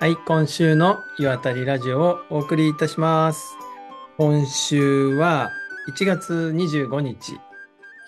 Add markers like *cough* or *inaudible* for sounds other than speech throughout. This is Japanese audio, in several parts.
はい、今週の岩谷ラジオをお送りいたします。今週は1月25日、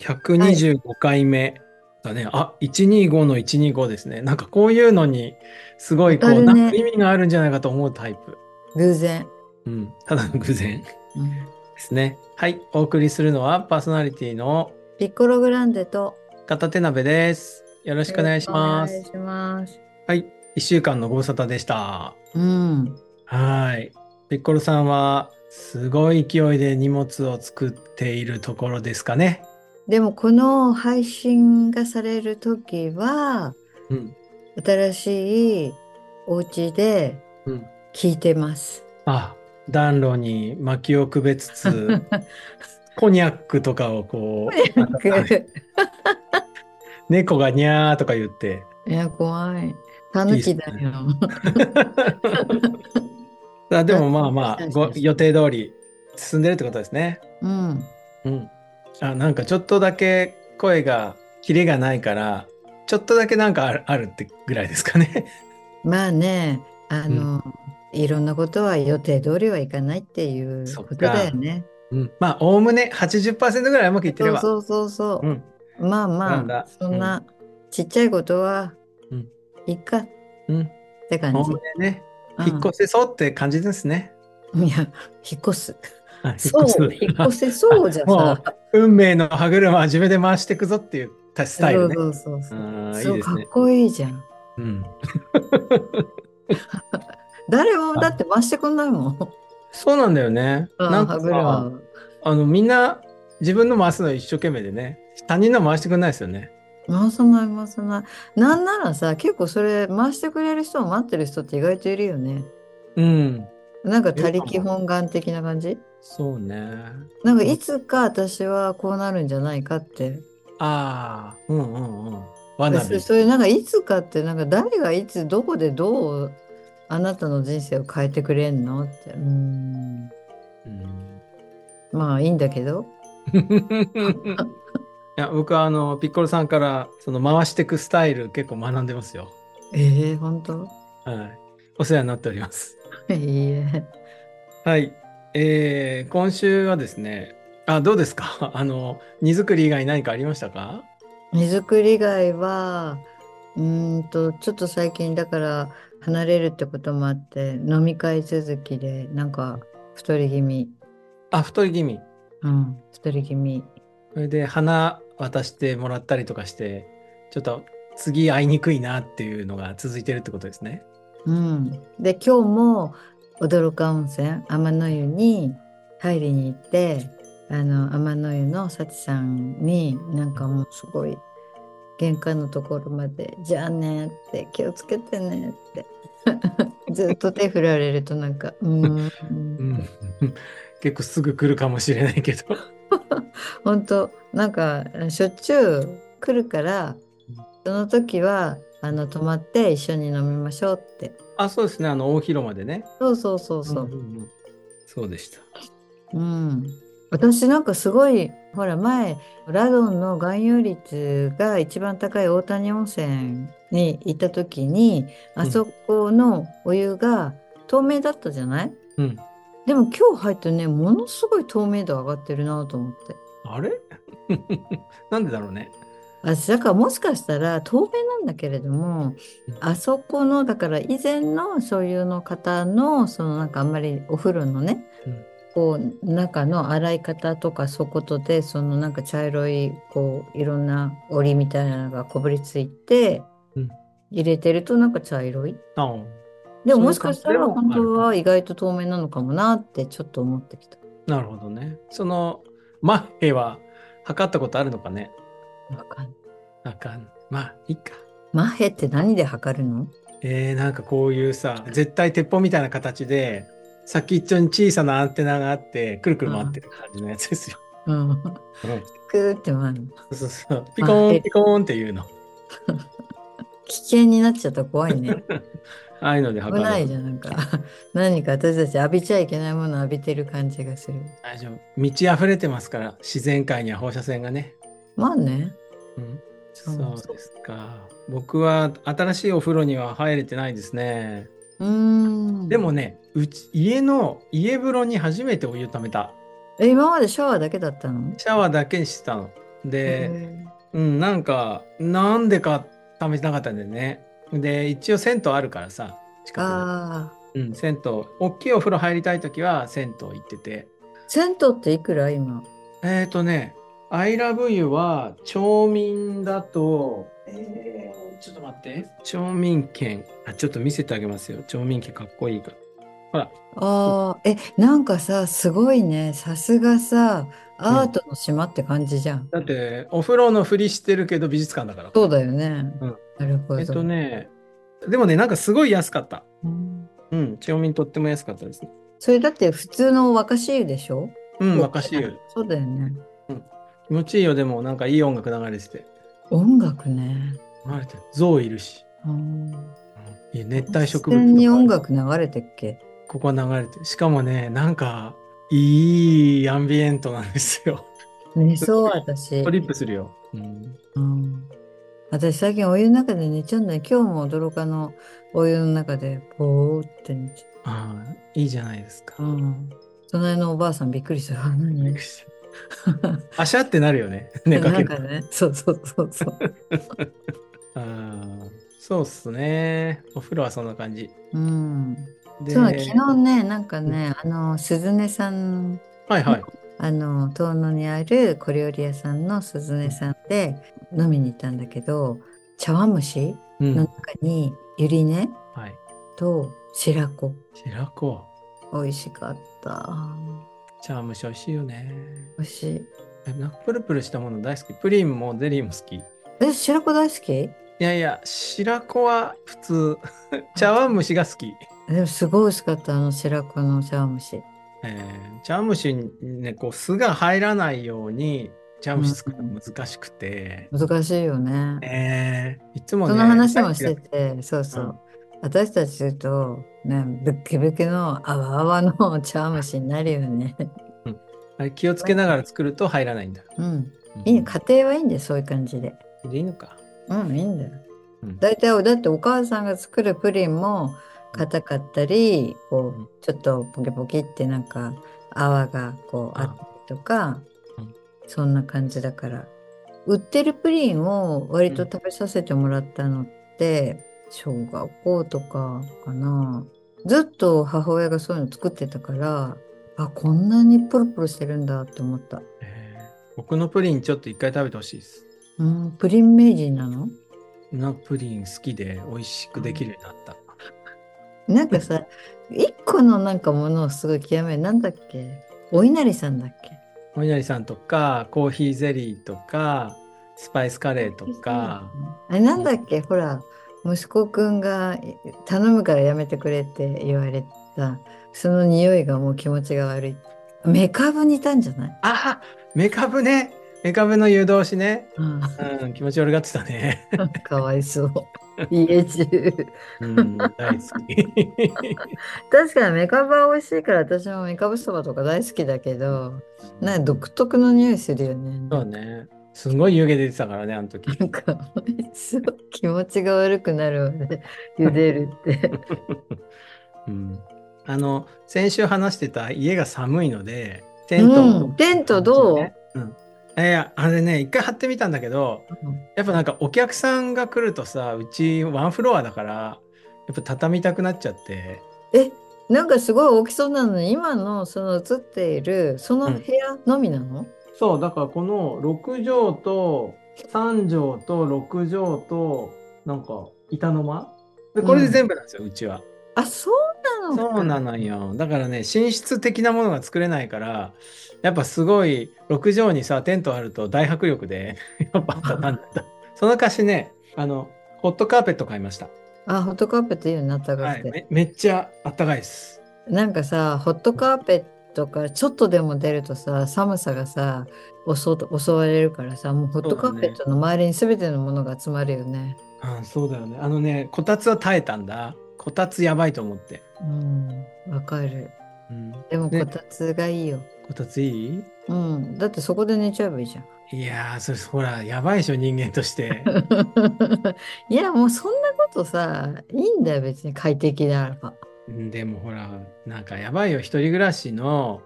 125回目だね。あ、125の125ですね。なんかこういうのにすごいこう、あるねなんか意味があるんじゃないかと思うタイプ。偶然。うん、ただの偶然でうんすね。はい、お送りするのはパーソナリティのピッコログランデと。片手鍋です。よろよしくお願いします。ろしくお願いします。はい、1週間のご無沙汰でした。うん。はい。ピッコロさんは、すごい勢いで荷物を作っているところですかね。でもこの配信がされる時は、うん。新しいお家でうん。聞いて *laughs* ます。あ、暖炉に薪をくべつ *laughs* つ、コニャックとかをこう、猫がニャーとか言って。いや、怖い。タヌキだいいよ。あでもまあまあうんご、予定通り進んでるってことですね。うん。うん。あ、なんかちょっとだけ声が、キレがないから、ちょっとだけなんかあるあるってぐらいですかね。まあね、あの、いろんなことは予定通りはいかないっていうそっことかだよね。うん、 *laughs* まあ、おおむね80%ぐらいうまくいってれば。そうそうそうそう。うん。まなあんまだあ、そんなちっちゃいことはうんいいかっうん。て感おおじむ。ねね、うん引っ越せそうって感じですね。いや、引っ越 *laughs* す。はいそう、引っ越せそうじ *laughs* ゃもさ。運命の歯車は自分で回していくぞっていうスタイルね。そうそうそうそう。あーそ、いういでかすねっこいいじゃん。うん。誰もだって回してくんないもん。そうなんだよね。なうんんか歯さ車。あの、みんな自分の回すの一生懸命でね、他人の回してくれないですよね。回さない回さない。なんならさ、結構それ回してくれる人を待ってる人って意外といるよね。うん。なんか他力本願的な感じそうね。なんかいつか私はこうなるんじゃないかってああ、うんうんうん。わなそびう。そういうなんかいつかってなんか誰がいつどこでどうあなたの人生を変えてくれんのってうーんうんまあいいんだけど *laughs* いや僕はあのピッコロさんからその回していくスタイル結構学んでますよ。ええ本は当い。お世話になっております。 *laughs* いいえはい。えー、今週はですね、あ、どうですか *laughs* あの、荷造り以外何かありましたか荷造り以外はうーんとちょっと最近だから離れるってこともあって飲み会続きでなんか太り気味あ、太り気味。うん太り気味それで花渡してもらったりとかして、ちょっと次会いにくいなっていうのが続いてるってことですね。うんで今日も驚か温泉天の湯に入りに行ってあの天の湯の幸さんになんかもうすごい玄関のところまで「じゃあね」って「気をつけてね」って *laughs* ずっと手振られるとなんか「うーうんん。 *laughs* 結構すぐ来るかもしれないけ *laughs* ど。本当なんかしょっちゅう来るからその時はあの泊まって一緒に飲みましょう」ってあ、そうですね。あの、大広間でね。そうそうそうそう。んんんそうでした。うん、私なんかすごいほら前ラドンの含有率が一番高い大谷温泉に行った時にんあそこのお湯が透明だったじゃないうん。でも今日入ってねものすごい透明度上がってるなと思ってあれ *laughs* なんでだろうね。私だからもしかしたら透明なんだけれどもうんあそこのだから以前の所有の方のそのなんかあんまりお風呂のね、うんこう中の洗い方とかそういうことでそのなんか茶色いこういろんな織りみたいなのがこぶりついてうん入れてるとなんか茶色い。ああでももしかしたらそういう可能本性も当あは意外と透明なのかもなってちょっと思ってきた。なるほどね。その、マッヘは測ったことあるのかねわかんないあかん。まあ、いいか。マヘって何で測るのえー、なんかこういうさ、絶対鉄砲みたいな形で、先っちょに小さなアンテナがあって、くるくる回ってる感じのやつですよ。うん。 *laughs* くーって回るの。そうそうそう。ピコーン、ピコーンっていうの。危険になっちゃったら怖いね。あ *laughs* あいうので測危る。ないじゃん、なんか。 *laughs* 何か私たち浴びちゃいけないものを浴びてる感じがする。大丈夫。満ち溢れてますから、自然界には放射線がね。まあね。うん、そうんうですか。僕は新しいお風呂には入れてないですね。うーん。でもね、うち、家の家風呂に初めてお湯ためた。え、今までシャワーだけだったのシャワーだけにしてたの。で、へうん、なんか、なんでかためてなかったんだよね。で、一応銭湯あるからさ、ー近ああ。くに。うん、銭湯。大きいお風呂入りたいときは銭湯行ってて。銭湯っていくら今。えっ、ー、とね、アイラブユは町民だと、えー、ちょっと待って。町民券。あ、ちょっと見せてあげますよ。町民券かっこいいから。ほら、ああ、え、なんかさ、すごいね。さすがさ、アートの島って感じじゃん。だって、お風呂のふりしてるけど美術館だから。そうだよね。うんなるほえっど。とね、でもね、なんかすごい安かった。うんうん、町民とっても安かったですね。それだって普通の若し湯でしょうん、うん若しゆ。そうだよね。気持ちいいよ、でも、なんかいい音楽流れてて。音楽ね。流れてる。象いるし。うんうんいい熱帯植自然物。に音。楽流れてっけここは流れてる。しかもね、なんか、いいアンビエントなんです *laughs* よ。寝そう、私。トリップするよ。うん。うん私最近お湯の中で寝ちゃうんだよ。今日も驚かのお湯の中でぼーって寝ちああ、いいじゃないですかゃう。。うん。隣のおばあさんびっくりした。何 *laughs* パシャってなるよ *laughs* ね。寝かけるなんかね。そうそうそうそう。あーそうっすね。お風呂はそんな感じ。うん。でそう、昨日ね、なんかね、あの、鈴音さんはいはい。あの遠野にある小料理屋さんの鈴音さんで飲みに行ったんだけど茶碗蒸しうん。の中にゆり根はい。と白子白子。美味しかった茶碗蒸し美味しいよね。美味しいえなんかプルプルしたもの大好き。プリンもゼリーも好き。いえ白子大好きえやいや、白子は普通。 *laughs* 茶碗蒸しが好き。でもすごい美味しかったあの白子の茶碗蒸しえー、茶碗蒸しにね、こう、酢が入らないように、茶碗蒸し作るの難しくて。難しいよねえー、いつもそね。の話もしててそうそう、うん私たちとねぶっけぶけのあわあわの茶碗蒸しになるよねあれ気をつけながら作ると入らないんだ。うんうんいい家庭はいいんだよそういう感じででいいのか。うん、いいんだようん。大体、だってお母さんが作るプリンも硬かったり、こうんう、ちょっとポキポキってなんか泡がこうあったりとかうん、そんな感じだから。売ってるプリンを割と食べさせてもらったのって、小学校とかかな。ずっと母親がそういうの作ってたから、あ、こんなにプルプルしてるんだって思った。えー僕のプリンちょっと一回食べてほしいです。うん、プリン名人なのなプリン好きで美味しくできるようになった。なんかさ、一個のなんかものをすごい極める、なんだっけお稲荷さんだっけお稲荷さんとかコーヒーゼリーとかスパイスカレーとか。あれなんだっけほら、息子くんがい頼むからやめてくれって言われた、その匂いがもう気持ちが悪い。メカブにいたんじゃないあメカブねメカブの湯通しね。うん、うん、気持ち悪がってたね。かわいそう。家中。うん、大好き。 *laughs* 確かにメカブは美味しいから、私もメカブそばとか大好きだけど、なんか独特の匂いするよね。そうね。すごい湯気出てたからね、あの時。なんか、そう気持ちが悪くなるまで茹でるって。うん、あの先週話してた家が寒いのでテントうをん、テントどう、うんいやいやあれね一回張ってみたんだけどやっぱなんかお客さんが来るとさうちワンフロアだからやっぱ畳みたくなっちゃってえ、なんかすごい大きそうなのに、今のその映っている、その部屋のみなの、そうだからこの6畳と3畳と6畳となんか板の間でこれで全部なんですよ、うちはあ、そうなのそうなのよ。だからね、寝室的なものが作れないから、やっぱすごい、6畳にさ、テントあると大迫力で、 *laughs* やっぱ畳んだ。その貸しね、あの、ホットカーペット買いました。あ、ホットカーペットいいよね、あったかはくい、て。めめっちゃあったかいです。なんかさ、ホットカーペットからちょっとでも出るとさ、寒さがさ、襲襲われるからさ、もうホットカーペットの周りに全てのものが集まるよね。あそうだよね。あのね、こたつは耐えたんだ。こたつやばいと思って。うん、わかる。うん、でもねこたつがいいよ。こたついいうん、だってそこで寝ちゃえばいいじゃん。 *laughs* いやー、それ、ほら、やばいでしょ、人間として。いや、もうそんなこことさ、いいんだよ、別に快適であれば。うんでもほら、なんかやばいよ、一人暮らしの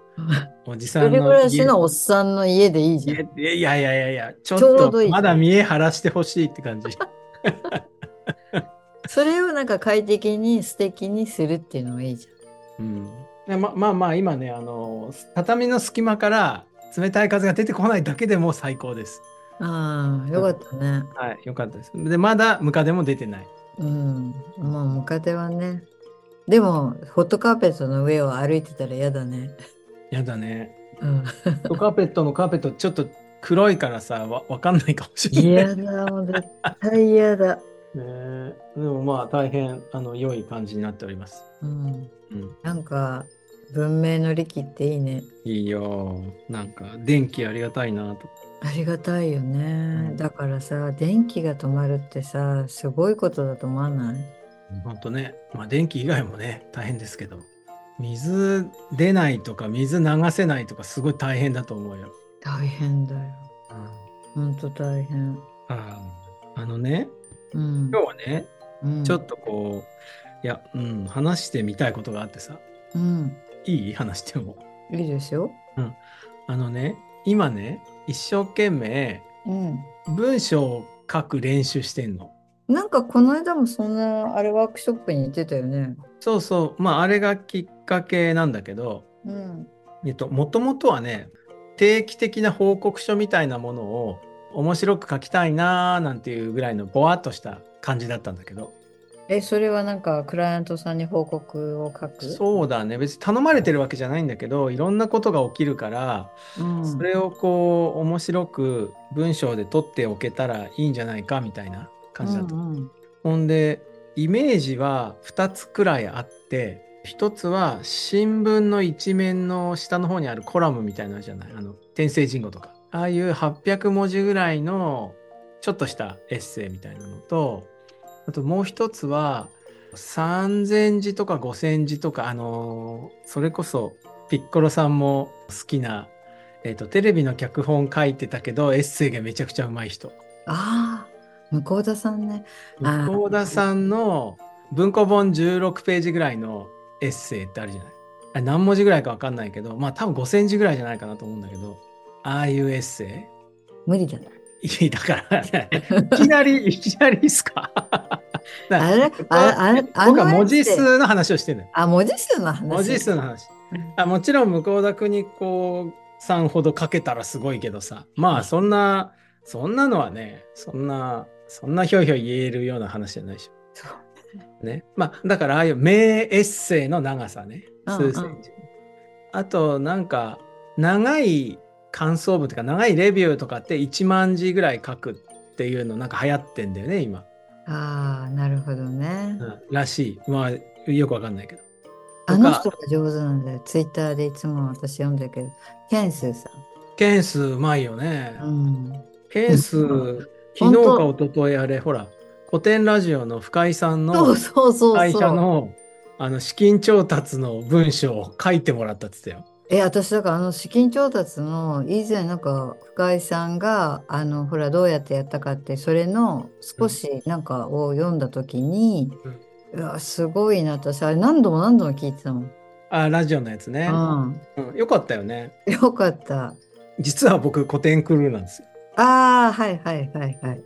おじ一さ人んの家。暮らしのおっさんの家でいいじゃん。いやいやいやいやいや、ちょっちょうどいといまだ見え晴らしてほしいって感じ。それをなんか快適に素敵にするっていうのがいいじうん、でままあまあ今ねあの畳の隙間から冷たい風が出てこないだけでも最高です。ゃん。ああ、よかったね。はい、よかったです。でまだムカデも出てない。うん。もうムカデはね。でも、ホットカーペットの上を歩いてたら嫌だね。やだね。うん。カーペットのカーペットちょっと黒いからさわわかんないかもしれない。嫌だ、もう絶対嫌だ。ねでもまあ大変あの良い感じになっております。うん。うん、なんか、文明の利器っていいね。いいよ。なんか電気ありがたいなと。ありがたいよね。うんだからさ、電気が止まるってさ、すごいことだと思わない本当ね、まあ、電気以外もね大変ですけど水出ないとか水流せないとかすごい大変だと思うよ。大変だよ。ほんと大変。あーあのねうん。今日はねうんちょっ。とこう、いや、うん、話してみたいことがあってさうん。いい話してもいいですよ。あのね今ね一生懸命うん。文章を書く練習してんの。なんかこの間もそんなあれワークショップに行ってたよね。そうそうまああれがきっかけなんだけどうん。えっと、もともとはね、定期的な報告書みたいなものを面白く書きたいなーなんていうぐらいのぼわっとした感じだったんだけど、え、それはなんかクライアントさんに報告を書く。そうだね、別に頼まれてるわけじゃないんだけど、いろんなことが起きるから、うん。それをこう、面白く文章で取っておけたらいいんじゃないかみたいな感じだった。うんうんほんで、イメージは2つくらいあって、1つは新聞の一面の下の方にあるコラムみたいなのじゃないあの、天聖人語とか。ああいう800文字ぐらいのちょっとしたエッセイみたいなのと、あともう1つは3000字とか5000字とか、あのーそれこそピッコロさんも好きな、えっ、と、テレビの脚本書いてたけど、エッセイがめちゃくちゃうまい人。ああ、向田さんね。あー向田さんの文庫本16ページぐらいのエッセイってあるじゃない。あれ何文字ぐらいか分かんないけど、まあ多分5センチぐらいじゃないかなと思うんだけど、ああいうエッセ無理だな。イ *laughs* いやだから、 *laughs* いきなり、いきなりですかだからあれ、あれ、あ僕は文や字つで数の話をしてるのよ。あ、文字数の話。文字数の話うん。あもちろん向田邦子さんほど書けたらすごいけどさ、まあそんな、そんなのはね、そんな、そんなひょいひょい言えるような話じゃないでしょそう。ね。まあ、だからああいう名エッセイの長さね。うん数センチ。あと、なんか、長い感想文とか、長いレビューとかって1万字ぐらい書くっていうのなんか流行ってんだよね、今。ああ、なるほどねう。ん、らしい。まあ、よくわかんないけど。あの人が上手なんだよ。ツイッターでいつも私読んだけど、ケンスーさ件数うまいよね。ん。うん。件数うん、昨日か一昨日あれ、ほら、古典ラジオの深井さんそのうそうそう会社そう。のあの資金調達の文章を書いてもらったって言ってたよ。え、私だからあの資金調達の以前なんか深井さんがあのほらどうやってやったかってそれの少しなんかを読んだ時に、うわすごいな私あれ何度も何度も聞いてたもん。あ、ラジオのやつね。ううん、よかったよね。ん、よかった。実は僕、古典クルーなんですよ。ああはいはいはいはい。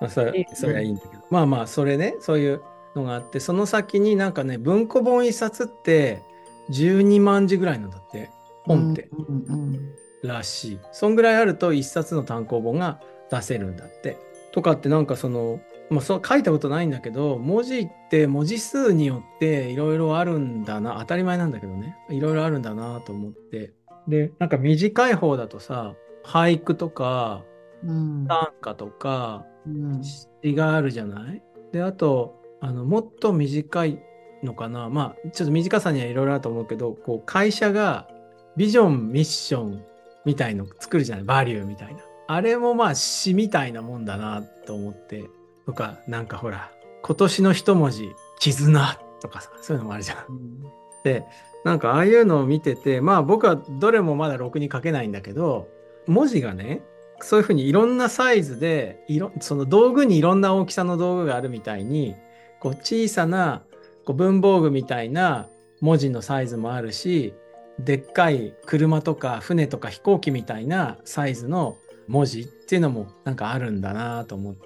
まあ、それうんそれはいいんだけど。まあまあ、それね、そういうのがあって、その先になんかね、文庫本一冊って12万字ぐらいなんだって、本って、うんうんらしい。そんぐらいあると一冊の単行本が出せるんだって。とかってなんかその、まあ、そう書いたことないんだけど、文字って文字数によっていろいろあるんだな、当たり前なんだけどね、いろいろあるんだなと思って。で、なんか短い方だとさ、俳句とか、うん短歌とかうん詩があるじゃないであとあのもっと短いのかなまあちょっと短さにはいろいろあると思うけどこう会社がビジョンミッションみたいの作るじゃないバリューみたいなあれもまあ詩みたいなもんだなと思ってとかなんかほら今年の一文字「絆」とかさそういうのもあるじゃん。うんでなんかああいうのを見ててまあ僕はどれもまだろくに書けないんだけど文字がねそういうふうにいろんなサイズでいろその道具にいろんな大きさの道具があるみたいにこう小さなこう文房具みたいな文字のサイズもあるしでっかい車とか船とか飛行機みたいなサイズの文字っていうのもなんかあるんだなと思って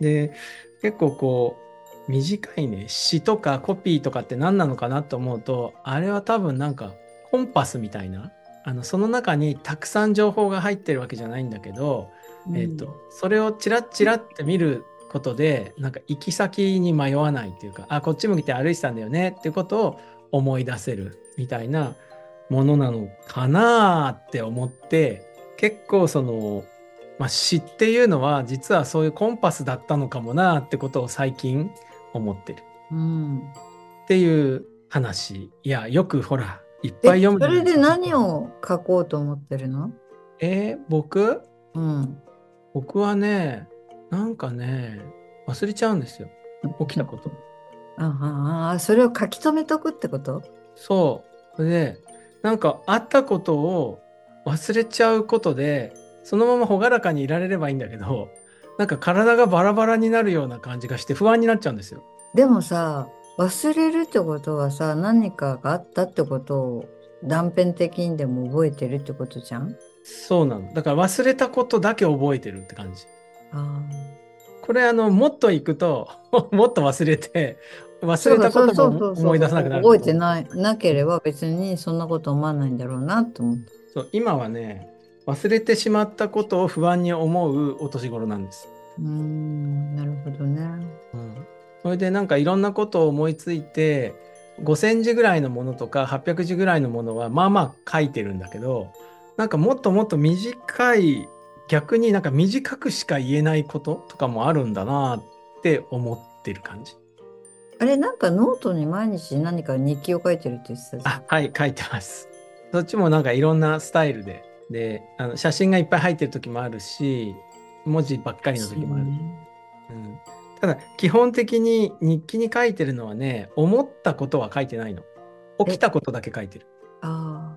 で結構こう短いね詩とかコピーとかって何なのかなと思うとあれは多分なんかコンパスみたいなあのその中にたくさん情報が入ってるわけじゃないんだけど、うんえっとそれをチラッチラって見ることでなんか行き先に迷わないっていうかあこっち向いて歩いてたんだよねっていうことを思い出せるみたいなものなのかなーって思って結構その、まあ、詩っていうのは実はそういうコンパスだったのかもなーってことを最近思ってるうん、っていう話いやよくほらいっぱい読むえそれで何をを書こうと思ってるのえー僕うん。僕はねなんかね忘れちゃうんですよ起きたこと。あああ、それを書き留めとくってことそう。それで、なんかあったことを忘れちゃうことで、そのまま朗らかにいられればいいんだけど、なんか体がバラバラになるような感じがして不安になっちゃうんですよ。でもさ、忘れるってことはさ、何かがあったってことを断片的にでも覚えてるってことじゃんそうなの。だから忘れたことだけ覚えてるって感じ。ああ。これあの、もっといくと、 *laughs* もっと忘れて、忘れたこそとうそうそうもそう思い出さなくなる。覚えてない、なければ別にそんなこと思わないんだろうなと思って。そう、今はね、忘れてしまったことを不安に思うお年頃なんです。うーん、なるほどね。うんそれでなんかいろんなことを思いついて5,000字ぐらいのものとか800字ぐらいのものはまあまあ書いてるんだけどなんかもっともっと短い逆になんか短くしか言えないこととかもあるんだなって思ってる感じ。あれ、なんかノートに毎日何か日記を書いてるって言ってたじゃあん。はい書いてます。そっちもなんかいろんなスタイルでであの写真がいっぱい入ってる時もあるし文字ばっかりの時もあるそうねうん、ただ基本的に日記に書いてるのはね思ったことは書いてないの起きたことだけ書いてる、ああ、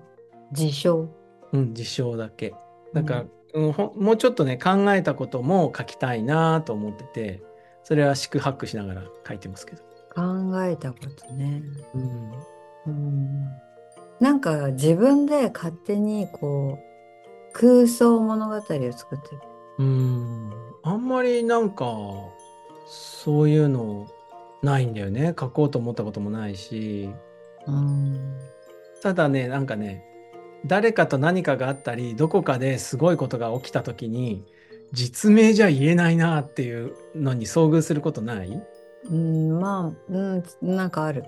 自称。うん、事象だけだから、うんほんもうちょっとね考えたことも書きたいなと思っててそれは四苦八苦しながら書いてますけど、考えたことね。うん、うん。なんか自分で勝手にこう、空想物語を作ってる。うんあんまりなんかそういうのないんだよね書こうと思ったこともないしうん。ただねなんかね誰かと何かがあったりどこかですごいことが起きた時に実名じゃ言えないなっていうのに遭遇することないうん、まあ、うん、なんかある。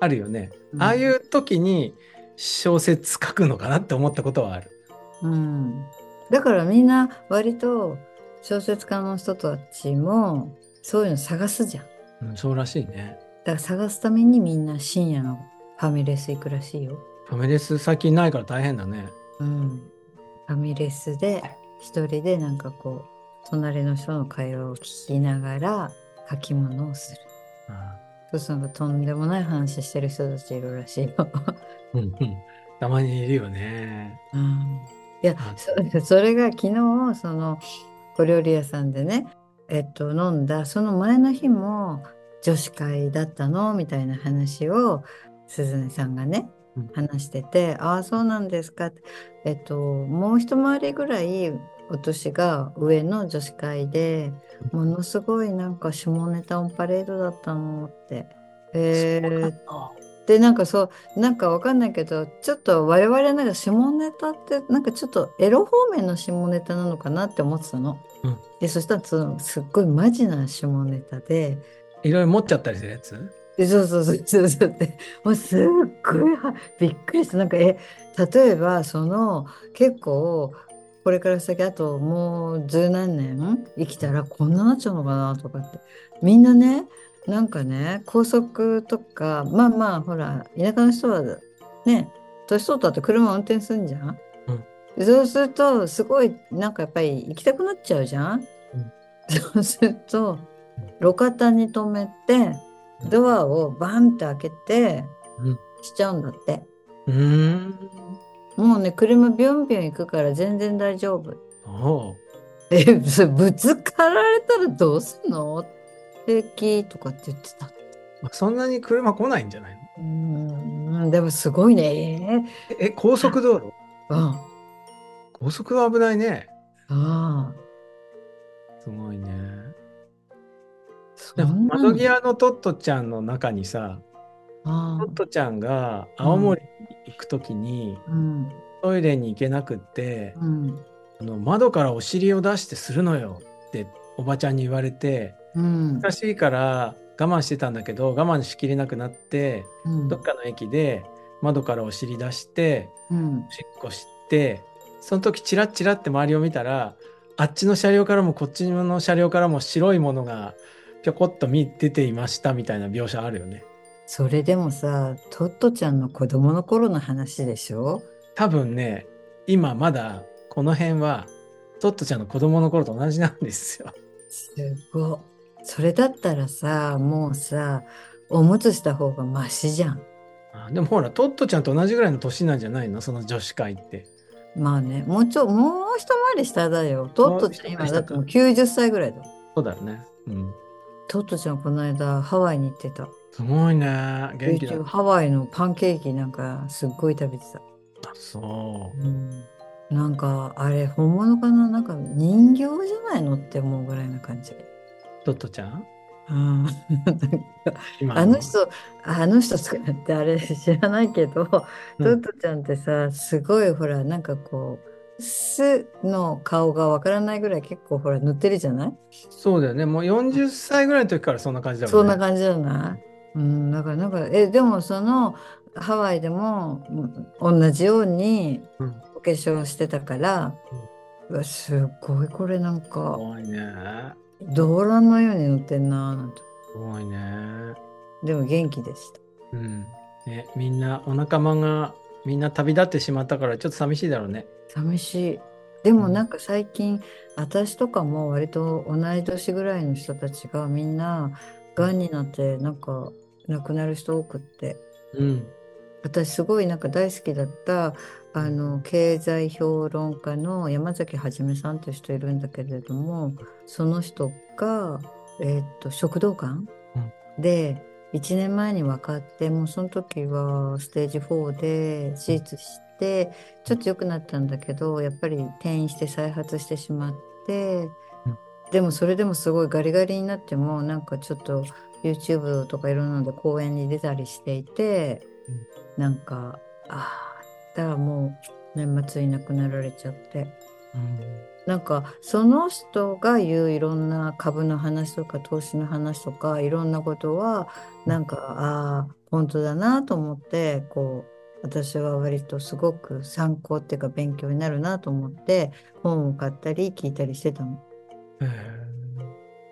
あるよね、ああいう時に小説書くのかなって思ったことはあるうん、だからみんな割と小説家の人たちもそういうの探すじゃん。だうんそうらしいねから探すためにみんな深夜のファミレス行くらしいよ。ファミレス最近ないから大変だねうん、ファミレスで一人でなんかこう隣の人の会話を聞きながら書き物をする。そうするととんでもない話してる人たちいるらしいよ。うんうんたまにいるよねうんいやあそ *laughs* それが昨日その小料理屋さんでね、えっと、飲んだその前の日も女子会だったのみたいな話を鈴音さんがねうん話してて「ああそうなんですか」って、えっと、もう一回りぐらいお年が上の女子会でものすごいなんか下ネタオンパレードだったのって。えそうーな、のでなんかそうなんかわかんないけどちょっと我々なんか下ネタってなんかちょっとエロ方面の下ネタなのかなって思ってたの。うんでそしたらそのすっごいマジな下ネタでいろいろ持っちゃったりするやつでそうそうそうそうそうってもうすっごいはびっくりしたなんかえ例えばその結構これから先あともう十何年生きたらこんななっちゃうのかなとかってみんなねなんかね高速とかまあまあほら田舎の人はね年取ったって車運転すんじゃん、うんでそうするとすごいなんかやっぱり行きたくなっちゃうじゃん、 *laughs* そうすると路肩に止めてドアをバンって開けてうんしちゃうんだって、うーんもうね車ビュンビュン行くから全然大丈夫おうえそれぶつかられたらどうすんの平気とかって言ってたそんなに車来ないんじゃないのうん、でもすごいね。ええ、高速道路うん。あ高速は危ないね。あ。すごいね。そでもんなの窓際のトットちゃんの中にさ、あトットちゃんが青森行くときに、あ。うん。トイレに行けなくって、うん。あの窓からお尻を出してするのよっておばちゃんに言われて、うん。難しいから我慢してたんだけど、我慢しきれなくなって、うんどっかの駅で窓からお尻出して、うんお。しっこして、その時チラッチラって周りを見たら、あっちの車両からもこっちの車両からも白いものがぴょこっと見出ていましたみたいな描写あるよね。それでもさ、トットちゃんの子供の頃の話でしょ多分ね、今まだこの辺はトットちゃんの子供の頃と同じなんですよ。 *laughs* すごい。それだったらさ、もうさ、おむつした方がマシじゃん。あでもほら、トットちゃんと同じぐらいの年なんじゃないのその女子会って。まあね、もうちょ、もう一回り下だよ。トットちゃんもう一回今り下かだってもう90歳ぐらいだ。そうだよね。うん。トットちゃんこの間ハワイに行ってた。すごいね。元気だ。ハワイのパンケーキなんかすっごい食べてた。そう。うんなんかあれ本物かななんか人形じゃないのって思うぐらいな感じ。トットちゃんうん今あの人、あの人とかってあれ知らないけど、トうんットちゃんってさ、すごいほら、なんかこう、素の顔がわからないぐらい結構ほら、塗ってるじゃないそうだよね。もう40歳ぐらいの時からそんな感じだもんね。そんな感じじゃないうん、だからなんか、え、でもその、ハワイでもうん同じようにうんお化粧してたから、うわすっごいこれなんか、怖いね。動乱のように塗ってんなぁなんて。怖いね。でも元気でした。うん。ね、みんな、お仲間が、みんな旅立ってしまったから、ちょっと寂しいだろうね。寂しい。でもうんなんか最近、私とかも割と同い年ぐらいの人たちがみんながんになってなんか亡くなる人多くってうん。私すごいなんか大好きだったあの経済評論家の山崎はじめさんという人いるんだけれどもその人が、えーっと食道がん、で1年前に分かってもうその時はステージ4で手術してちょっと良くなったんだけどやっぱり転移して再発してしまってうんでもそれでもすごいガリガリになってもなんかちょっと YouTube とかいろんなので公演に出たりしていてなんかああだからもう年末いなくなられちゃって。うん。なんかその人が言ういろんな株の話とか投資の話とかいろんなことはなんかああ本当だなと思ってこう私は割とすごく参考っていうか勉強になるなと思って本を買ったり聞いたりしてたの。へ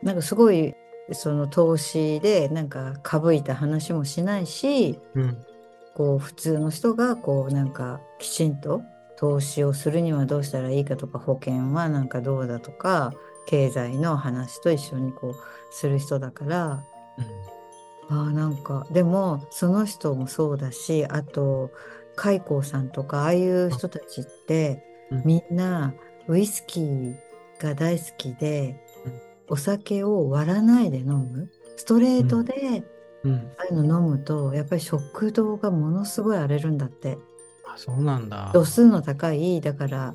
なんかすごいその投資でなんか株いた話もしないしーうん。こう普通の人がこうなんかきちんと投資をするにはどうしたらいいかとか保険はなんかどうだとか経済の話と一緒にこうする人だからあーなんかでもその人もそうだしあと開口さんとかああいう人たちってうんみんなウイスキーが大好きでうんお酒を割らないで飲むストレートで、うん。うん。ああいうの飲むとやっぱり食道がものすごい荒れるんだってあ、そうなんだ。度数の高いだから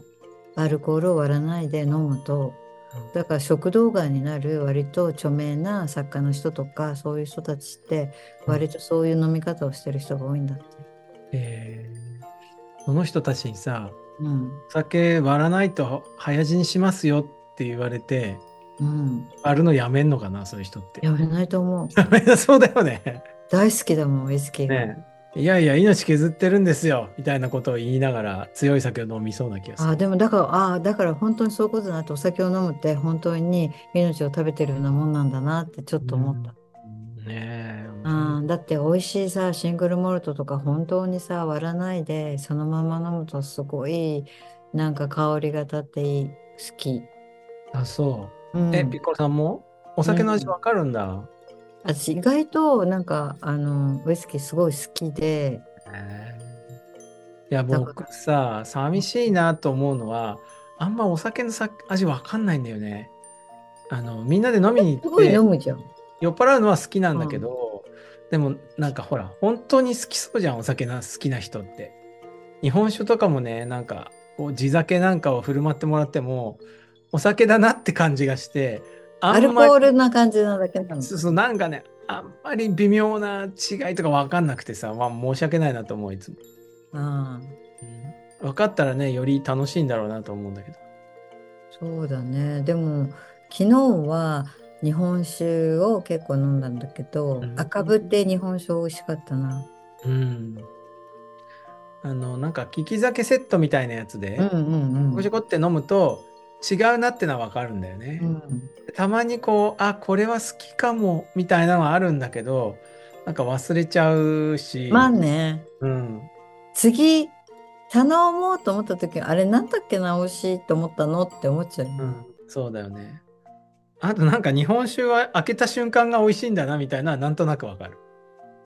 アルコールを割らないで飲むとうんだから食道がんになる割と著名な作家の人とかそういう人たちって割とそういう飲み方をしてる人が多いんだって。えーその人たちにさ、うんお酒割らないと早死にしますよって言われて、うん、割るのやめんのかな、そういう人って。やめない *laughs* と思うやめなそうだよね。大好きだもんウイスキーが、ねいやいや、命削ってるんですよ、みたいなことを言いながら、強い酒を飲みそうな気がする。あでもだからああだから本当にそういうことになってお酒を飲むって本当に命を食べてるようなもんなんだなってちょっと思った。ねえ。あーだって美味しいさシングルモルトとか本当にさ割らないでそのまま飲むとすごいなんか香りが立っていい好き、あ、そうう。んえ、ピッコロさんもお酒の味わかるんだ。私意外となんかあのウイスキーすごい好きでへえいや、だから僕さ、寂しいなと思うのは、あんまお酒のさ味わかんないんだよね。あの、みんなで飲みにす行っごいて飲、むじゃん、酔っ払うのは好きなんだけど、でもなんかほら、本当に好きそうじゃん、お酒な好きな人って。日本酒とかもね、なんか、こう地酒なんかを振る舞ってもらっても、お酒だなって感じがして、あアんルコまりールな感じなだけなの。そうそう、なんかね、あんまり微妙な違いとか分かんなくてさ、まあ申し訳ないなと思う、いつも。ああ、分かったらね、より楽しいんだろうなと思うんだけど。そうだね。でも、昨日は日本酒を結構飲んだんだけど、うん赤ぶって日本酒美味しかったな。うん。あの、なんか、利き酒セットみたいなやつで、うんうんうこちょん。こって飲むと、違うなってのは分かるんだよね。うん、たまにこう、あ、これは好きかも、みたいなのはあるんだけど、なんか忘れちゃうし、まあね、うん。次、頼もうと思った時、あれなんだっけな、美味しいと思ったのって思っちゃうよね。うん、そうだよね。あとなんか日本酒は開けた瞬間が美味しいんだなみたいなのはなんとなくわかる。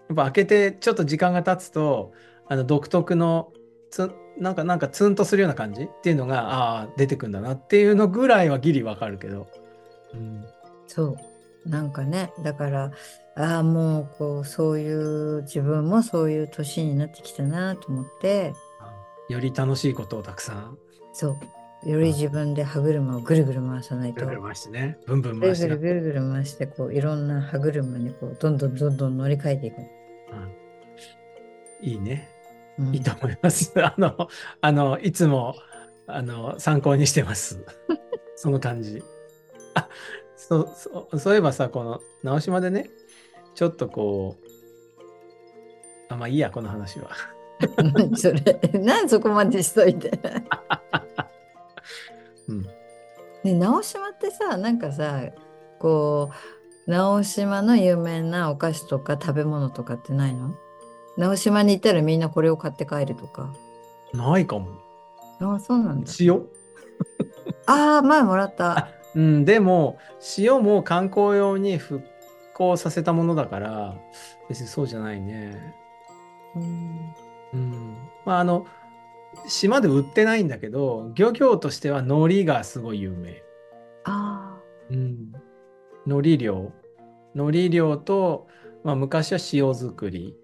やっぱ開けてちょっと時間が経つとあの独特のつなんかなんかツンとするような感じっていうのがああー出てくんだなっていうのぐらいはギリわかるけど。うんそう。なんかね、だから、ああ、もう、こう、そういう、自分もそういう年になってきたなと思って、より楽しいことをたくさんそう。より自分で歯車をぐるぐる回さないぐると。ぐる回してねブンブンぐ回るしてぐなるぐるぐる回してこういろんな歯車にこうどんどんどんどん乗り換えていく。いいねうんいいと思います。あのあのいつもあの参考にしてます。その感じ。あそうそうそういえばさこの直島でねちょっとこうあまあいいやこの話は。何 *laughs* それ何そこまでしといて。うんね直島ってさなんかさこう直島の有名なお菓子とか食べ物とかってないの直島に行ったらみんなこれを買って帰るとか。ないかも。あそうなんだ。塩ああ前もらった。うんでも塩も観光用に復興させたものだから別にそうじゃないね。うんうんまああの島で売ってないんだけど漁業としては海苔がすごい有名。あうん、海苔漁海苔漁と、まあ、昔は塩作り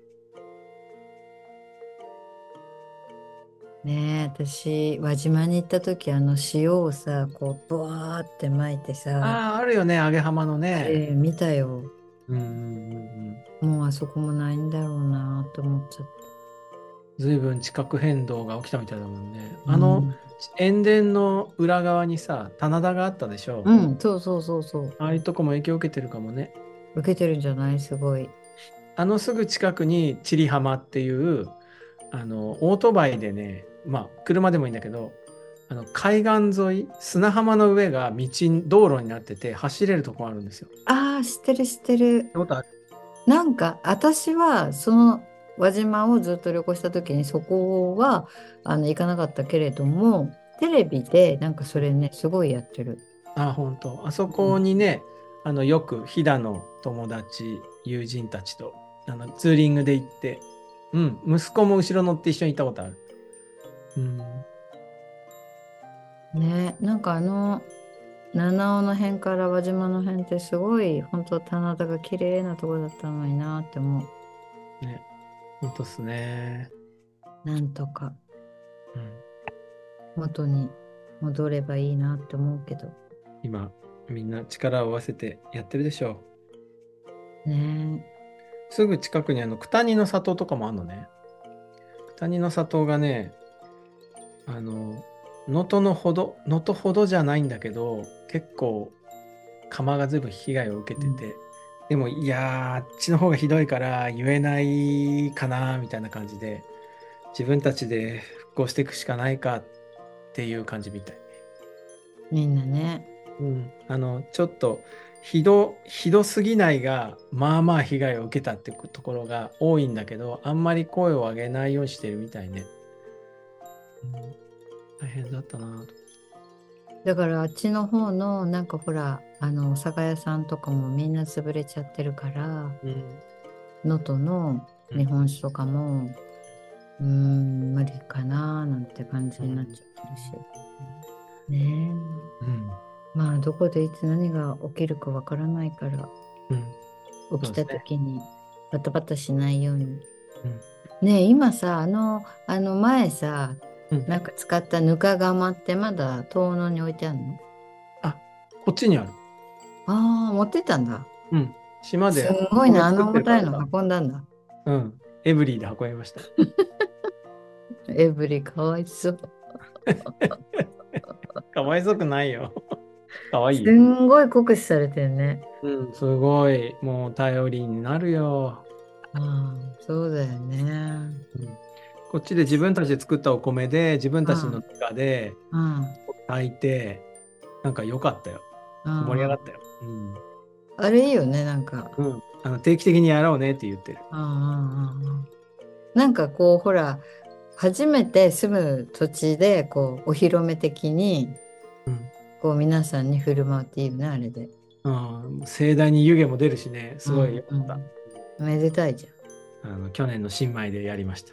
あねえ私輪島に行った時あの塩をさこうブワーって撒いてさ。あああるよね揚げ浜のえね、え見たよ。うんうんうんうんもうあそこもないんだろうなと思っちゃっ随分地殻変動が起きたみたいだもんねた。あの、塩田の裏側にさ棚田があったでしょうん、うん、そうそうそうそう。ああいうとこも影響を受けてるかもね受けてるんじゃないすごい。あのすぐ近くに千里浜っていうあのオートバイでねまあ車でもいいんだけどあの海岸沿い砂浜の上が道道路になってて走れるとこあるんですよ。ああ、知ってる知ってる。ってことあるなんか私はその輪島をずっと旅行した時にそこはあの行かなかったけれども、テレビでなんかそれね、すごいやってる。あ、本当。あそこにね、あの、よく、飛騨の友達、友人たちと、あの、ツーリングで行って、うん、息子も後ろ乗って一緒に行ったことある。うん。ね、なんかあの七尾の辺から輪島の辺ってすごい本当棚田が綺麗なとこだったのになって思ね。本当っすね。う。なんとか。うん。元に戻ればいいなって思うけど今、みんな力を合わせてやってるでしょう。ねすぐ近くにあの、九谷の里とかもあるのね。九谷の里がね、あの、能登のほど、能登ほどじゃないんだけど、結構、釜がずいぶん被害を受けてて、でも、いやー、あっちの方がひどいから言えないかな、みたいな感じで、自分たちで復興していくしかないかっていう感じみたい。みんなねうん、あのちょっとひどひどすぎないがまあまあ被害を受けたってところが多いんだけどあんまり声を上げないようにしてるみたいね、うん、大変だったなとだからあっちの方のなんかほらあのお酒屋さんとかもみんな潰れちゃってるからうん能登の日本酒とかもうーん無理かななんて感じになっちゃってるしねうんえまあどこでいつ何が起きるかわからないからうん起きた時にバタバタしないように。うんねえ今さあのあの前さうんなんか使ったぬか釜ってまだ遠野に置いてあるのこっちにある。ああ持ってったんだ。うん。島ですごいなあこのこで作重ったてるいからの運んだんだ。うん。エブリィで運びました。エブリかわいそう。 *laughs* かわいそくないよ。 *laughs* かわいいすよ。んごい酷使されてるね。うん、すごい。もう頼りになるよ。ああそうだよね。こっちで自分たちで作ったお米で、自分たちの中でうん。炊いて、なんか良かったよ。うん盛り上がったよ。うん。あれいいよねなんか。うん、あの定期的にやろうねって言ってる。うんうんうんうんなんかこうほら初めて住む土地でこうお披露目的にうんこう皆さんに振る舞うっていうねあれでうん、盛大に湯気も出るしね、すごい良かった。うんめでたいじゃん。あの去年の新米でやりました。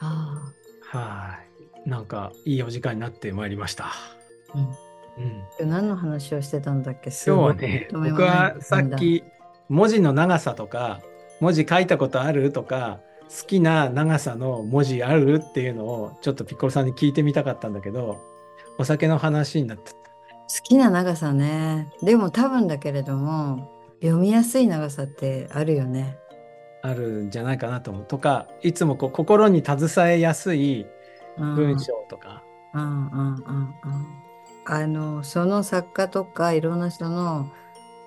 あはーい。なんかいいお時間になってまいりました。あ、うん、うん、今日何の話をしてたんだっけ今日はね、僕はさっ。き文字の長さとか、文字書いたことあるとか、好きな長さの文字あるっていうのをちょっとピッコロさんに聞いてみたかったんだけど、お酒の話になって好きな長さね。でも多分だけれども読みやすい長さってあるよね。あるんじゃないかなと思う。とか、いつもこう心に携えやすいうん文章とか。うんうんうんうんあのその作家とかいろんな人の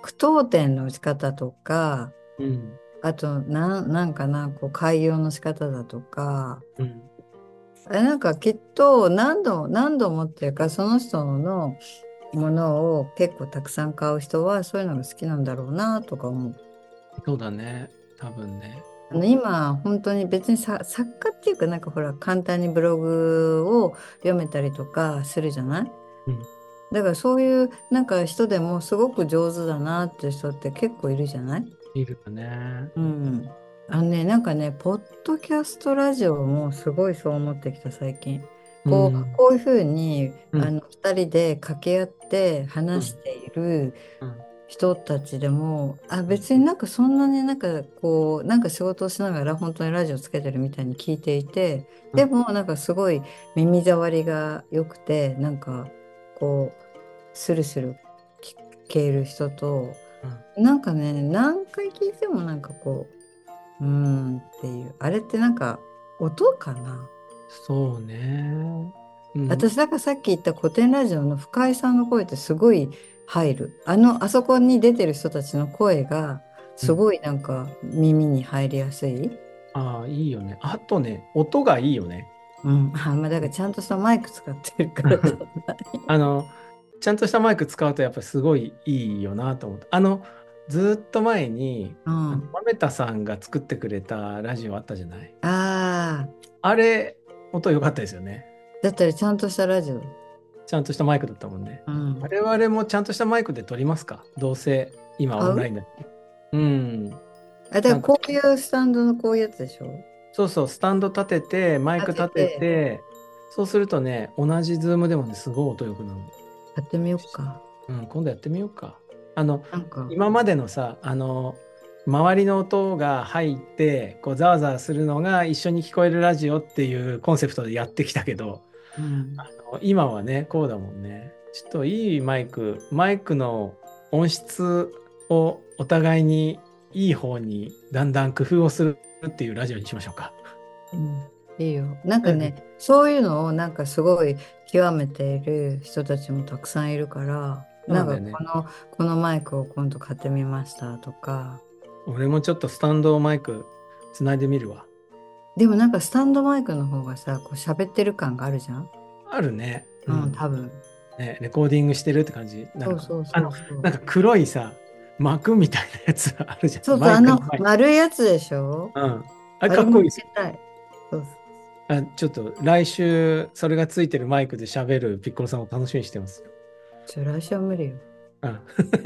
句読点の仕方とかうん。あとなんなんかなこう開用の仕方だとかうん。あなんかきっと何度も何度もっていうかその人のものを結構たくさん買う人はそういうのが好きなんだろうなとか思う。そうだね。多分ね。あの今本当に別にさ作家っていうかなんかほら簡単にブログを読めたりとかするじゃない、うんだからそういうなんか人でもすごく上手だなっていう人って結構いるじゃない、いるよね。うん、あのねなんかねポッドキャストラジオもすごいそう思ってきた最近。こう,、こういうふうに、うんあの2人で掛け合って話しているうんうん人たちでも、あ別になんかそんなになんかこうなんか仕事をしながら本当にラジオつけてるみたいに聞いていてうんでもなんかすごい耳障りが良くてなんかこうスルスル聞ける人と、なんかね何回聞いてもなんかこううーんっていうあれってなんか音かなそうね。うん、私なんかさっき言った古典ラジオの深井さんの声ってすごい入るあのあそこに出てる人たちの声がすごいなんか耳に入りやすい、ああ、いいよね。あとね、音がいいよね。うんあまあ、だからちゃんとしたマイク使ってるからじゃないあの、ちゃんとしたマイク使うとやっぱりすごいいいよなと思った。あの、ずーっと前に、うあのん、マメタさんが作ってくれたラジオあったじゃない。ああれ、音良かったですよね。ーだったらちゃんとしたラジオ、ちゃんとしたマイクだったもんね。うん、我々もちゃんとしたマイクで撮りますかどうせ今買うオンラインだしうん。あだからこういうスタンドのこういうやつでしょそうそう、スタンド立てて、マイク立てて、立てそうするとね、同じズームでもね、すごい音良くなるの。やってみようかうん、今度やってみようか。あの、なんか今までのさ、あの、周りの音が入って、こう、ざわざわするのが一緒に聞こえるラジオっていうコンセプトでやってきたけど、うんあの今はね、こうだもんね。ちょっといいマイク、マイクの音質をお互いにいい方にだんだん工夫をするっていうラジオにしましょうか。うんいいよなんかね、そういうのをなんかすごい極めている人たちもたくさんいるからそうななんんだかよねこのこのマイクを今度買ってみましたとか俺もちょっとスタンドマイクつないでみるわ。でもなんかスタンドマイクの方がさこう喋ってる感があるじゃんあるね。うん、多分ね、レコーディングしてるって感じ。なそんうかそうそあうのそうなんか黒いさ、膜みたいなやつあるじゃん。そうそうマイあクのの前丸いやつでしょうん。ああかっこいいですれもつけたいそうそうあちょっと来週、それがついてるマイクで喋るピッコロさんを楽しみにしてますよ。ちょ来週は無理ようん。 *laughs*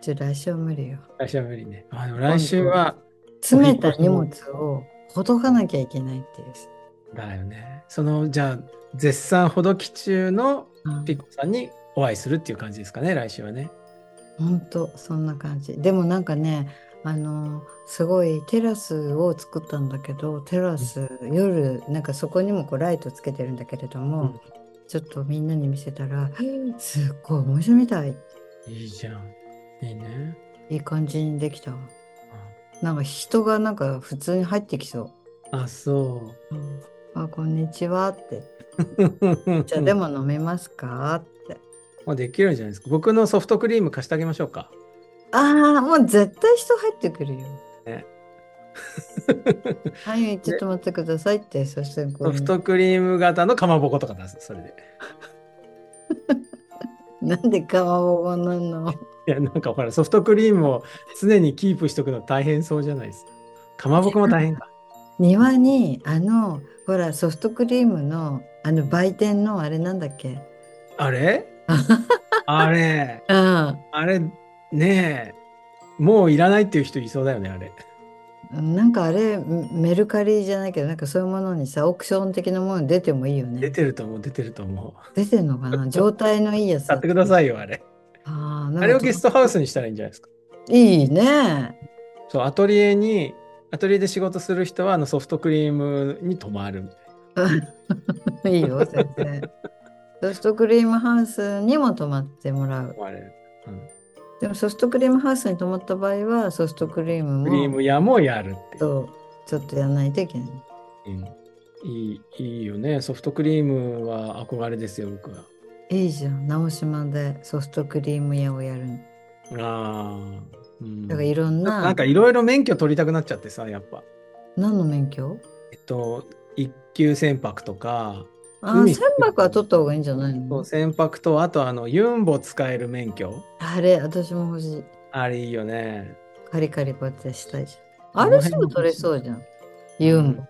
ちょ来週は無理よ来週は無理ね。あでも来週は、詰めた荷物をほどかなきゃいけないっていうだよね。その、じゃあ、絶賛ほどき中のうんピッコさんにお会いするっていう感じですかね、来週はね。本当そんな感じでもなんかねあのすごいテラスを作ったんだけどテラス夜なんかそこにもこうライトつけてるんだけれども、うんちょっとみんなに見せたら「すっごいお店みたいいいじゃん。いいね。いい感じにできたわ」なんか人がなんか普通に入ってきそあ、そう「あこんにちは」ってう。 *laughs* 「じゃあでも飲めますか?」って *laughs* もうできるんじゃないですか。僕のソフトクリーム貸してあげましょうか。 「ああもう絶対人入ってくるよ」ねはいちょっと待ってください」ってそしてこソうフトクリーム型のかまぼことか出す、それで。なんでかまぼこなのいや、なんかほら、ソフトクリームを常にキープしとくの大変そうじゃないですか。かまぼこも大 *laughs* 変か。庭にあのほらソフトクリームのあの売店のあれなんだっけあれあれああれねえ。もういらないっていう人いそうだよね、あれ。あなんかあれメメルカリじゃないけどなんかそういうものにさオークション的なもの出てもいいよ出ねてると思う、出てると思う。出てんのかな状態のいいやつ買ってくださいいよ、あれ。ああれをゲストトハウスにしたらいいんじゃないですか。いいね *laughs* そう、アトリエに、アトリエで仕事する人は、あのソフトクリームに泊まるみたいな。いいよ先生ソフトクリームハウスにも泊まってもらう泊まれる。うんでもソフトクリームハウスに泊まった場合はソフトクリームクリームも屋もやるっていうそうちょっとやらないといけないうんいいいいよね。ソフトクリームは憧れですよ、僕は。いいじゃん直島でソフトクリーム屋をやるのああ。うん、だからいろんな、なんかいろいろ免許取りたくなっちゃってさ、やっぱ。何の免許えっと、一級船舶とか、あ海ー船舶は取った方がいいんじゃないそうの船舶と、あとあの、ユンボ使える免許。あれ私も欲しいあれいいよね。カリカリこうやってしたいじゃんあこのれ辺すのぐ取れそうじゃんユンボ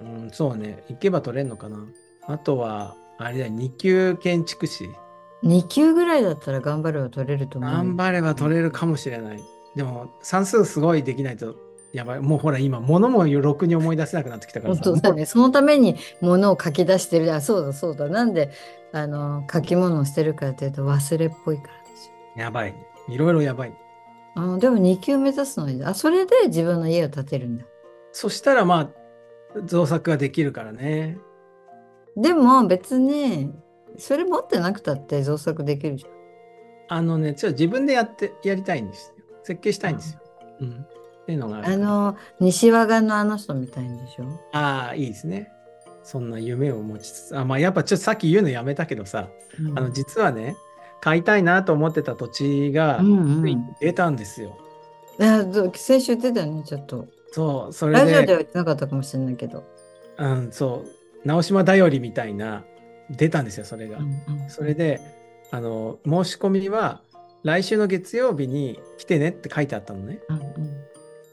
うん、そうね。行けば取れんのかな。あとは、あれだよ、二級建築士。 2級ぐらいだったら頑張れば取れると思うよ頑張れば取れるかもしれない。でも、算数すごいできないと、やばい。もうほら、今、物もろくに思い出せなくなってきたからさ。本当だねそのためにものを書き出してるあそうだそうだなんであの書き物をしてるかっていうと忘れっぽいからでしやばい。いろいろやばい。ょあーでも2級目指すのにあそれで自分の家を建てるんだそしたら、まあ、造作ができるからね。でも別にそれ持ってなくたって造作できるじゃん。あのね、ちょっと自分でやって、やりたいんですよ。設計したいんですよ。うん。っていうのがあるあの西和賀のあの人みたいんでしょああ、いいですね。そんな夢を持ちつつ、あまあ、やっぱちょっとさっき言うのやめたけどさ、あの、実はね、買いたいなと思ってた土地が、うんつういにん出たんですよ。あど先週言ってたよねちょっとそう、それラジオで、では言ってなかったかもしれないけど、うん、そう、直島だよりみたいな、出たんですよ、それが。それで、あの、申し込みは、来週の月曜日に来てねって書いてあったのね。うんうん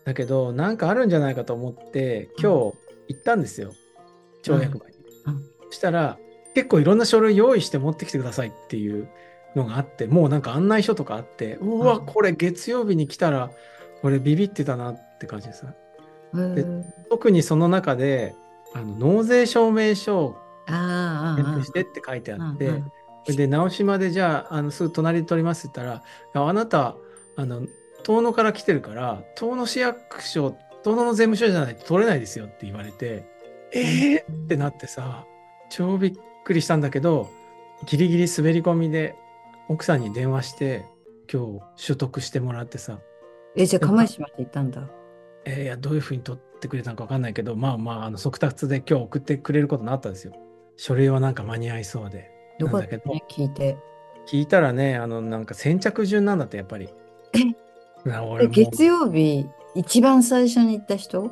だけど、なんかあるんじゃないかと思って、今日行ったんですよ。町役場に。うんそしたら、結構いろんな書類用意して持ってきてくださいっていうのがあって、もうなんか案内書とかあって、うわ、うんこれ月曜日に来たら、俺ビビってたなって感じでさ。うんでうん特にその中で、あの納税証明書をあ添ーあ付ーしてって書いてああーって、うんうんそれで直島でじゃああのすぐ隣で撮りますって言ったら「いやあなたあの遠野から来てるから遠野市役所遠野の税務署じゃないと撮れないですよ」って言われて「えー!」ってなってさ超びっくりしたんだけどギリギリ滑り込みで奥さんに電話して今日取得してもらってさえじゃあ釜石まで行ったんだ「えーいやどういうふうに撮ってくれたのか分かんないけどまあまああの速達で今日送ってくれることになったんですよ。書類はなんか間に合いそうで。よかっなたんだけね聞いて聞いたらね、あの、なんか先着順なんだって、やっぱり。な俺えも月曜日一番最初に行った人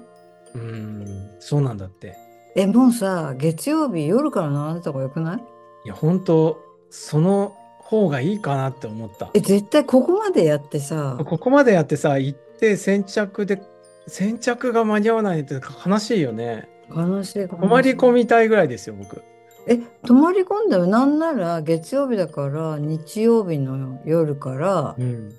うん、そうなんだって。えもうさ月曜日夜から並んでた方がよくないいや、本当その方がいいかなって思ったえ。絶対ここまでやってさここまでやってさ、行って先着で、先着が間に合わないって悲しいよね。悲しい泊まり込みたいぐらいですよ、僕。え泊まり込んだよなんなら月曜日だから日曜日の夜からうん。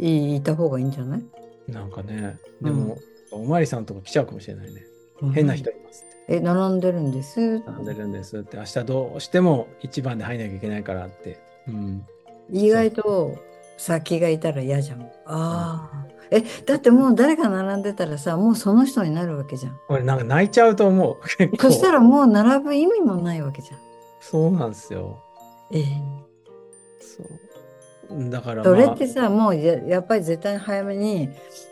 いいた方がいいんじゃないなんかね、でも、おまわりさんとか来ちゃうかもしれないね。うん変な人いますって。え並んでるんです並んでるんですって、明日どうしても一番で入んなきゃいけないからって。うん。意外と先がいたら嫌じゃんああえ、だってもう誰が並んでたらさ、もうその人になるわけじゃん。これなんか泣いちゃうと思う。結構 *laughs* そしたらもう並ぶ意味もないわけじゃん。そうなんですよ。えそう。だから、まそあ、れってさ、もうややっぱり絶対に早めに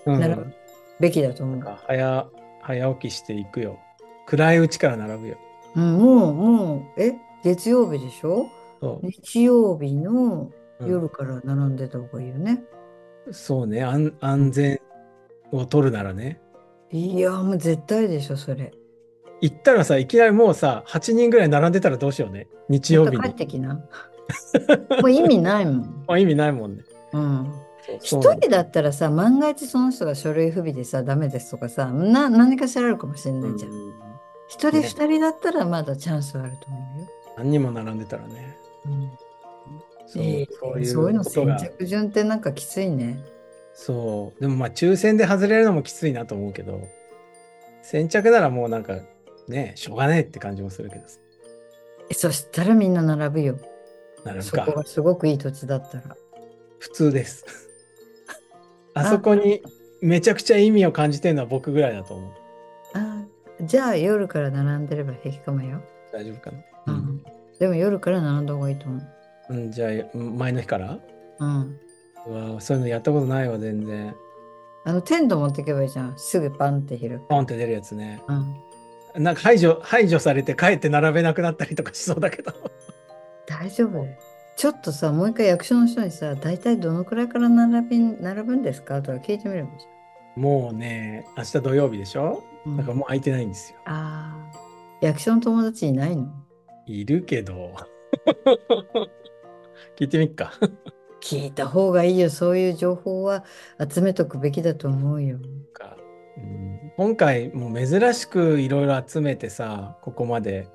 うん並ぶべきだと思なんう。か早早起きしていくよ。暗いうちから並ぶよ。うん、もう、もう、え、月曜日でしょそ日曜日のううん夜から並んでた方がいいよね。そうね安。安全を取るならね。いや、もう絶対でしょ、それ。行ったらさ、いきなりもうさ、8人ぐらい並んでたらどうしようね。日曜日また帰にっ。てきな。 *laughs* もう意味ないもん。まあ、意味ないもんね。うん。そ一うなん人だったらさ、万が一その人が書類不備でさ、ダメですとかさ、な何かしらあるかもしれないじゃん。うん一、人ね二人だったらまだチャンスはあると思うよ。何人も並んでたらね。うんそう,、ええそういそういううのこと先が。着順ってなんかきついね。そう。でもまあ、抽選で外れるのもきついなと思うけど、先着ならもうなんか、ね、しょうがねえって感じもするけどさ。えそしたらみんな並ぶよ。並ぶそこかが。すごくいい土地だったら。普通 *laughs* です。あそこにめちゃくちゃ意味を感じてるのは僕ぐらいだと思う。あじゃあ夜から並んでれば平気かもよ。大丈夫かな。ううんん、でも夜から並んだ方がいいと思う。うん、じゃあうん前の日からうん、うわそういうのやったことないわ全然。あのテント持ってけばいいじゃん。すぐパンって広く。ポンって出るやつね。うん、なんか排除排除されて帰って並べなくなったりとかしそうだけど。大丈夫だよちょっとさ、もう一回役所の人にさ、大体どのくらいから並び並ぶんですかとか聞いてみればいいじもうね明日土曜日でしょゃん。うんだからもう空いてないんですよ。ああ、役所の友達いないのいるけど。聞いてみっか。聞いた方がいいよ。そういう情報は集めとくべきだと思うよ。か、うん、今回もう珍しくいろいろ集めてさここまで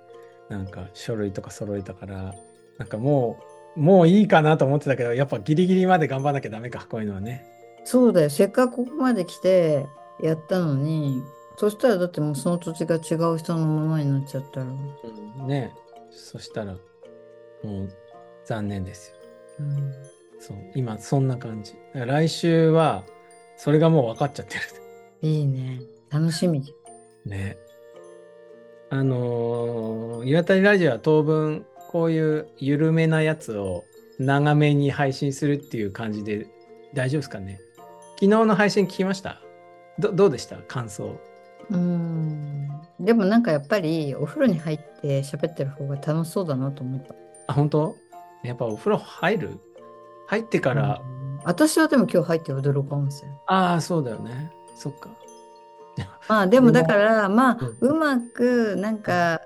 なんか書類とか揃えたからなんかもうもういいかなと思ってたけどやっぱギリギリまで頑張らなきゃダメかこういうのはねそうだよ。せっかくここまで来てやったのに、そしたらだってもうその土地が違う人のものになっちゃったら。ねそしたらもう残念ですようんそう今そんな感じだから来週はそれがもう分かっちゃってるいいね。楽しみじね。あのー、岩谷ラジオは当分、こういう緩めなやつを長めに配信するっていう感じで大丈夫ですかね昨日の配信聞きましたどどうでした感想。ゃん。うん。でもなんかやっぱりお風呂に入って喋ってる方が楽しそうだなと思った。あ、本当やっぱお風呂入る入ってから、うん私はでも今日入って驚く温泉。ああ、そうだよね。そっか。まあでもだから、まあうんうまくなんか、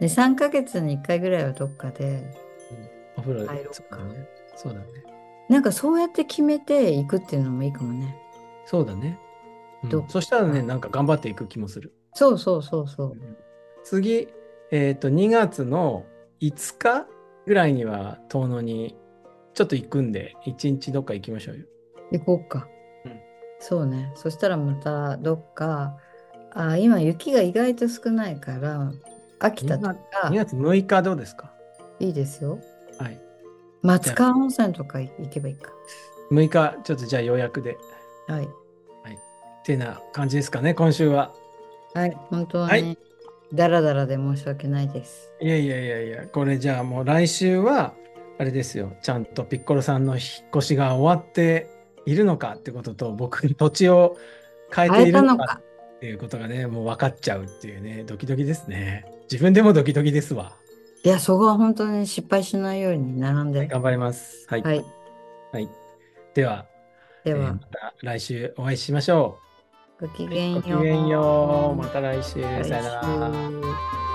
ね、3ヶ月に1回ぐらいはどっかで、お風呂入ろうかそうだね。そうだね。なんかそうやって決めていくっていうのもいいかもね。そうだね。うんどうそしたらね、なんか頑張っていく気もする。そうそうそうそう。次、えっと2月の5日ぐらいには遠野にちょっと行くんで1日どっか行きましょうよ。行こうか。うんそうね。そしたらまたどっか、あ今雪が意外と少ないから、秋田とか2月6日どうですかいいですよ。はい。松川温泉とか行けばいいか。 6日ちょっとじゃあ予約で。はい。ってな感じですかね今週は。はい。本当はにい、だらだらで申し訳ないです。いやいやいやいやこれじゃあもう来週はあれですよちゃんとピッコロさんの引っ越しが終わっているのかってことと僕に土地を変え会てえいたるののかか。っていうことがねもう分かっちゃうっていうねドキドキですね。自分でもドキドキですわ。いや、そこは本当に失敗しないように並んで。頑張ります。はい。はい。はいでは、でえーはま、た来週お会いしましょごきう。げんよう。ごきげんよう。また来週。来週さよなら。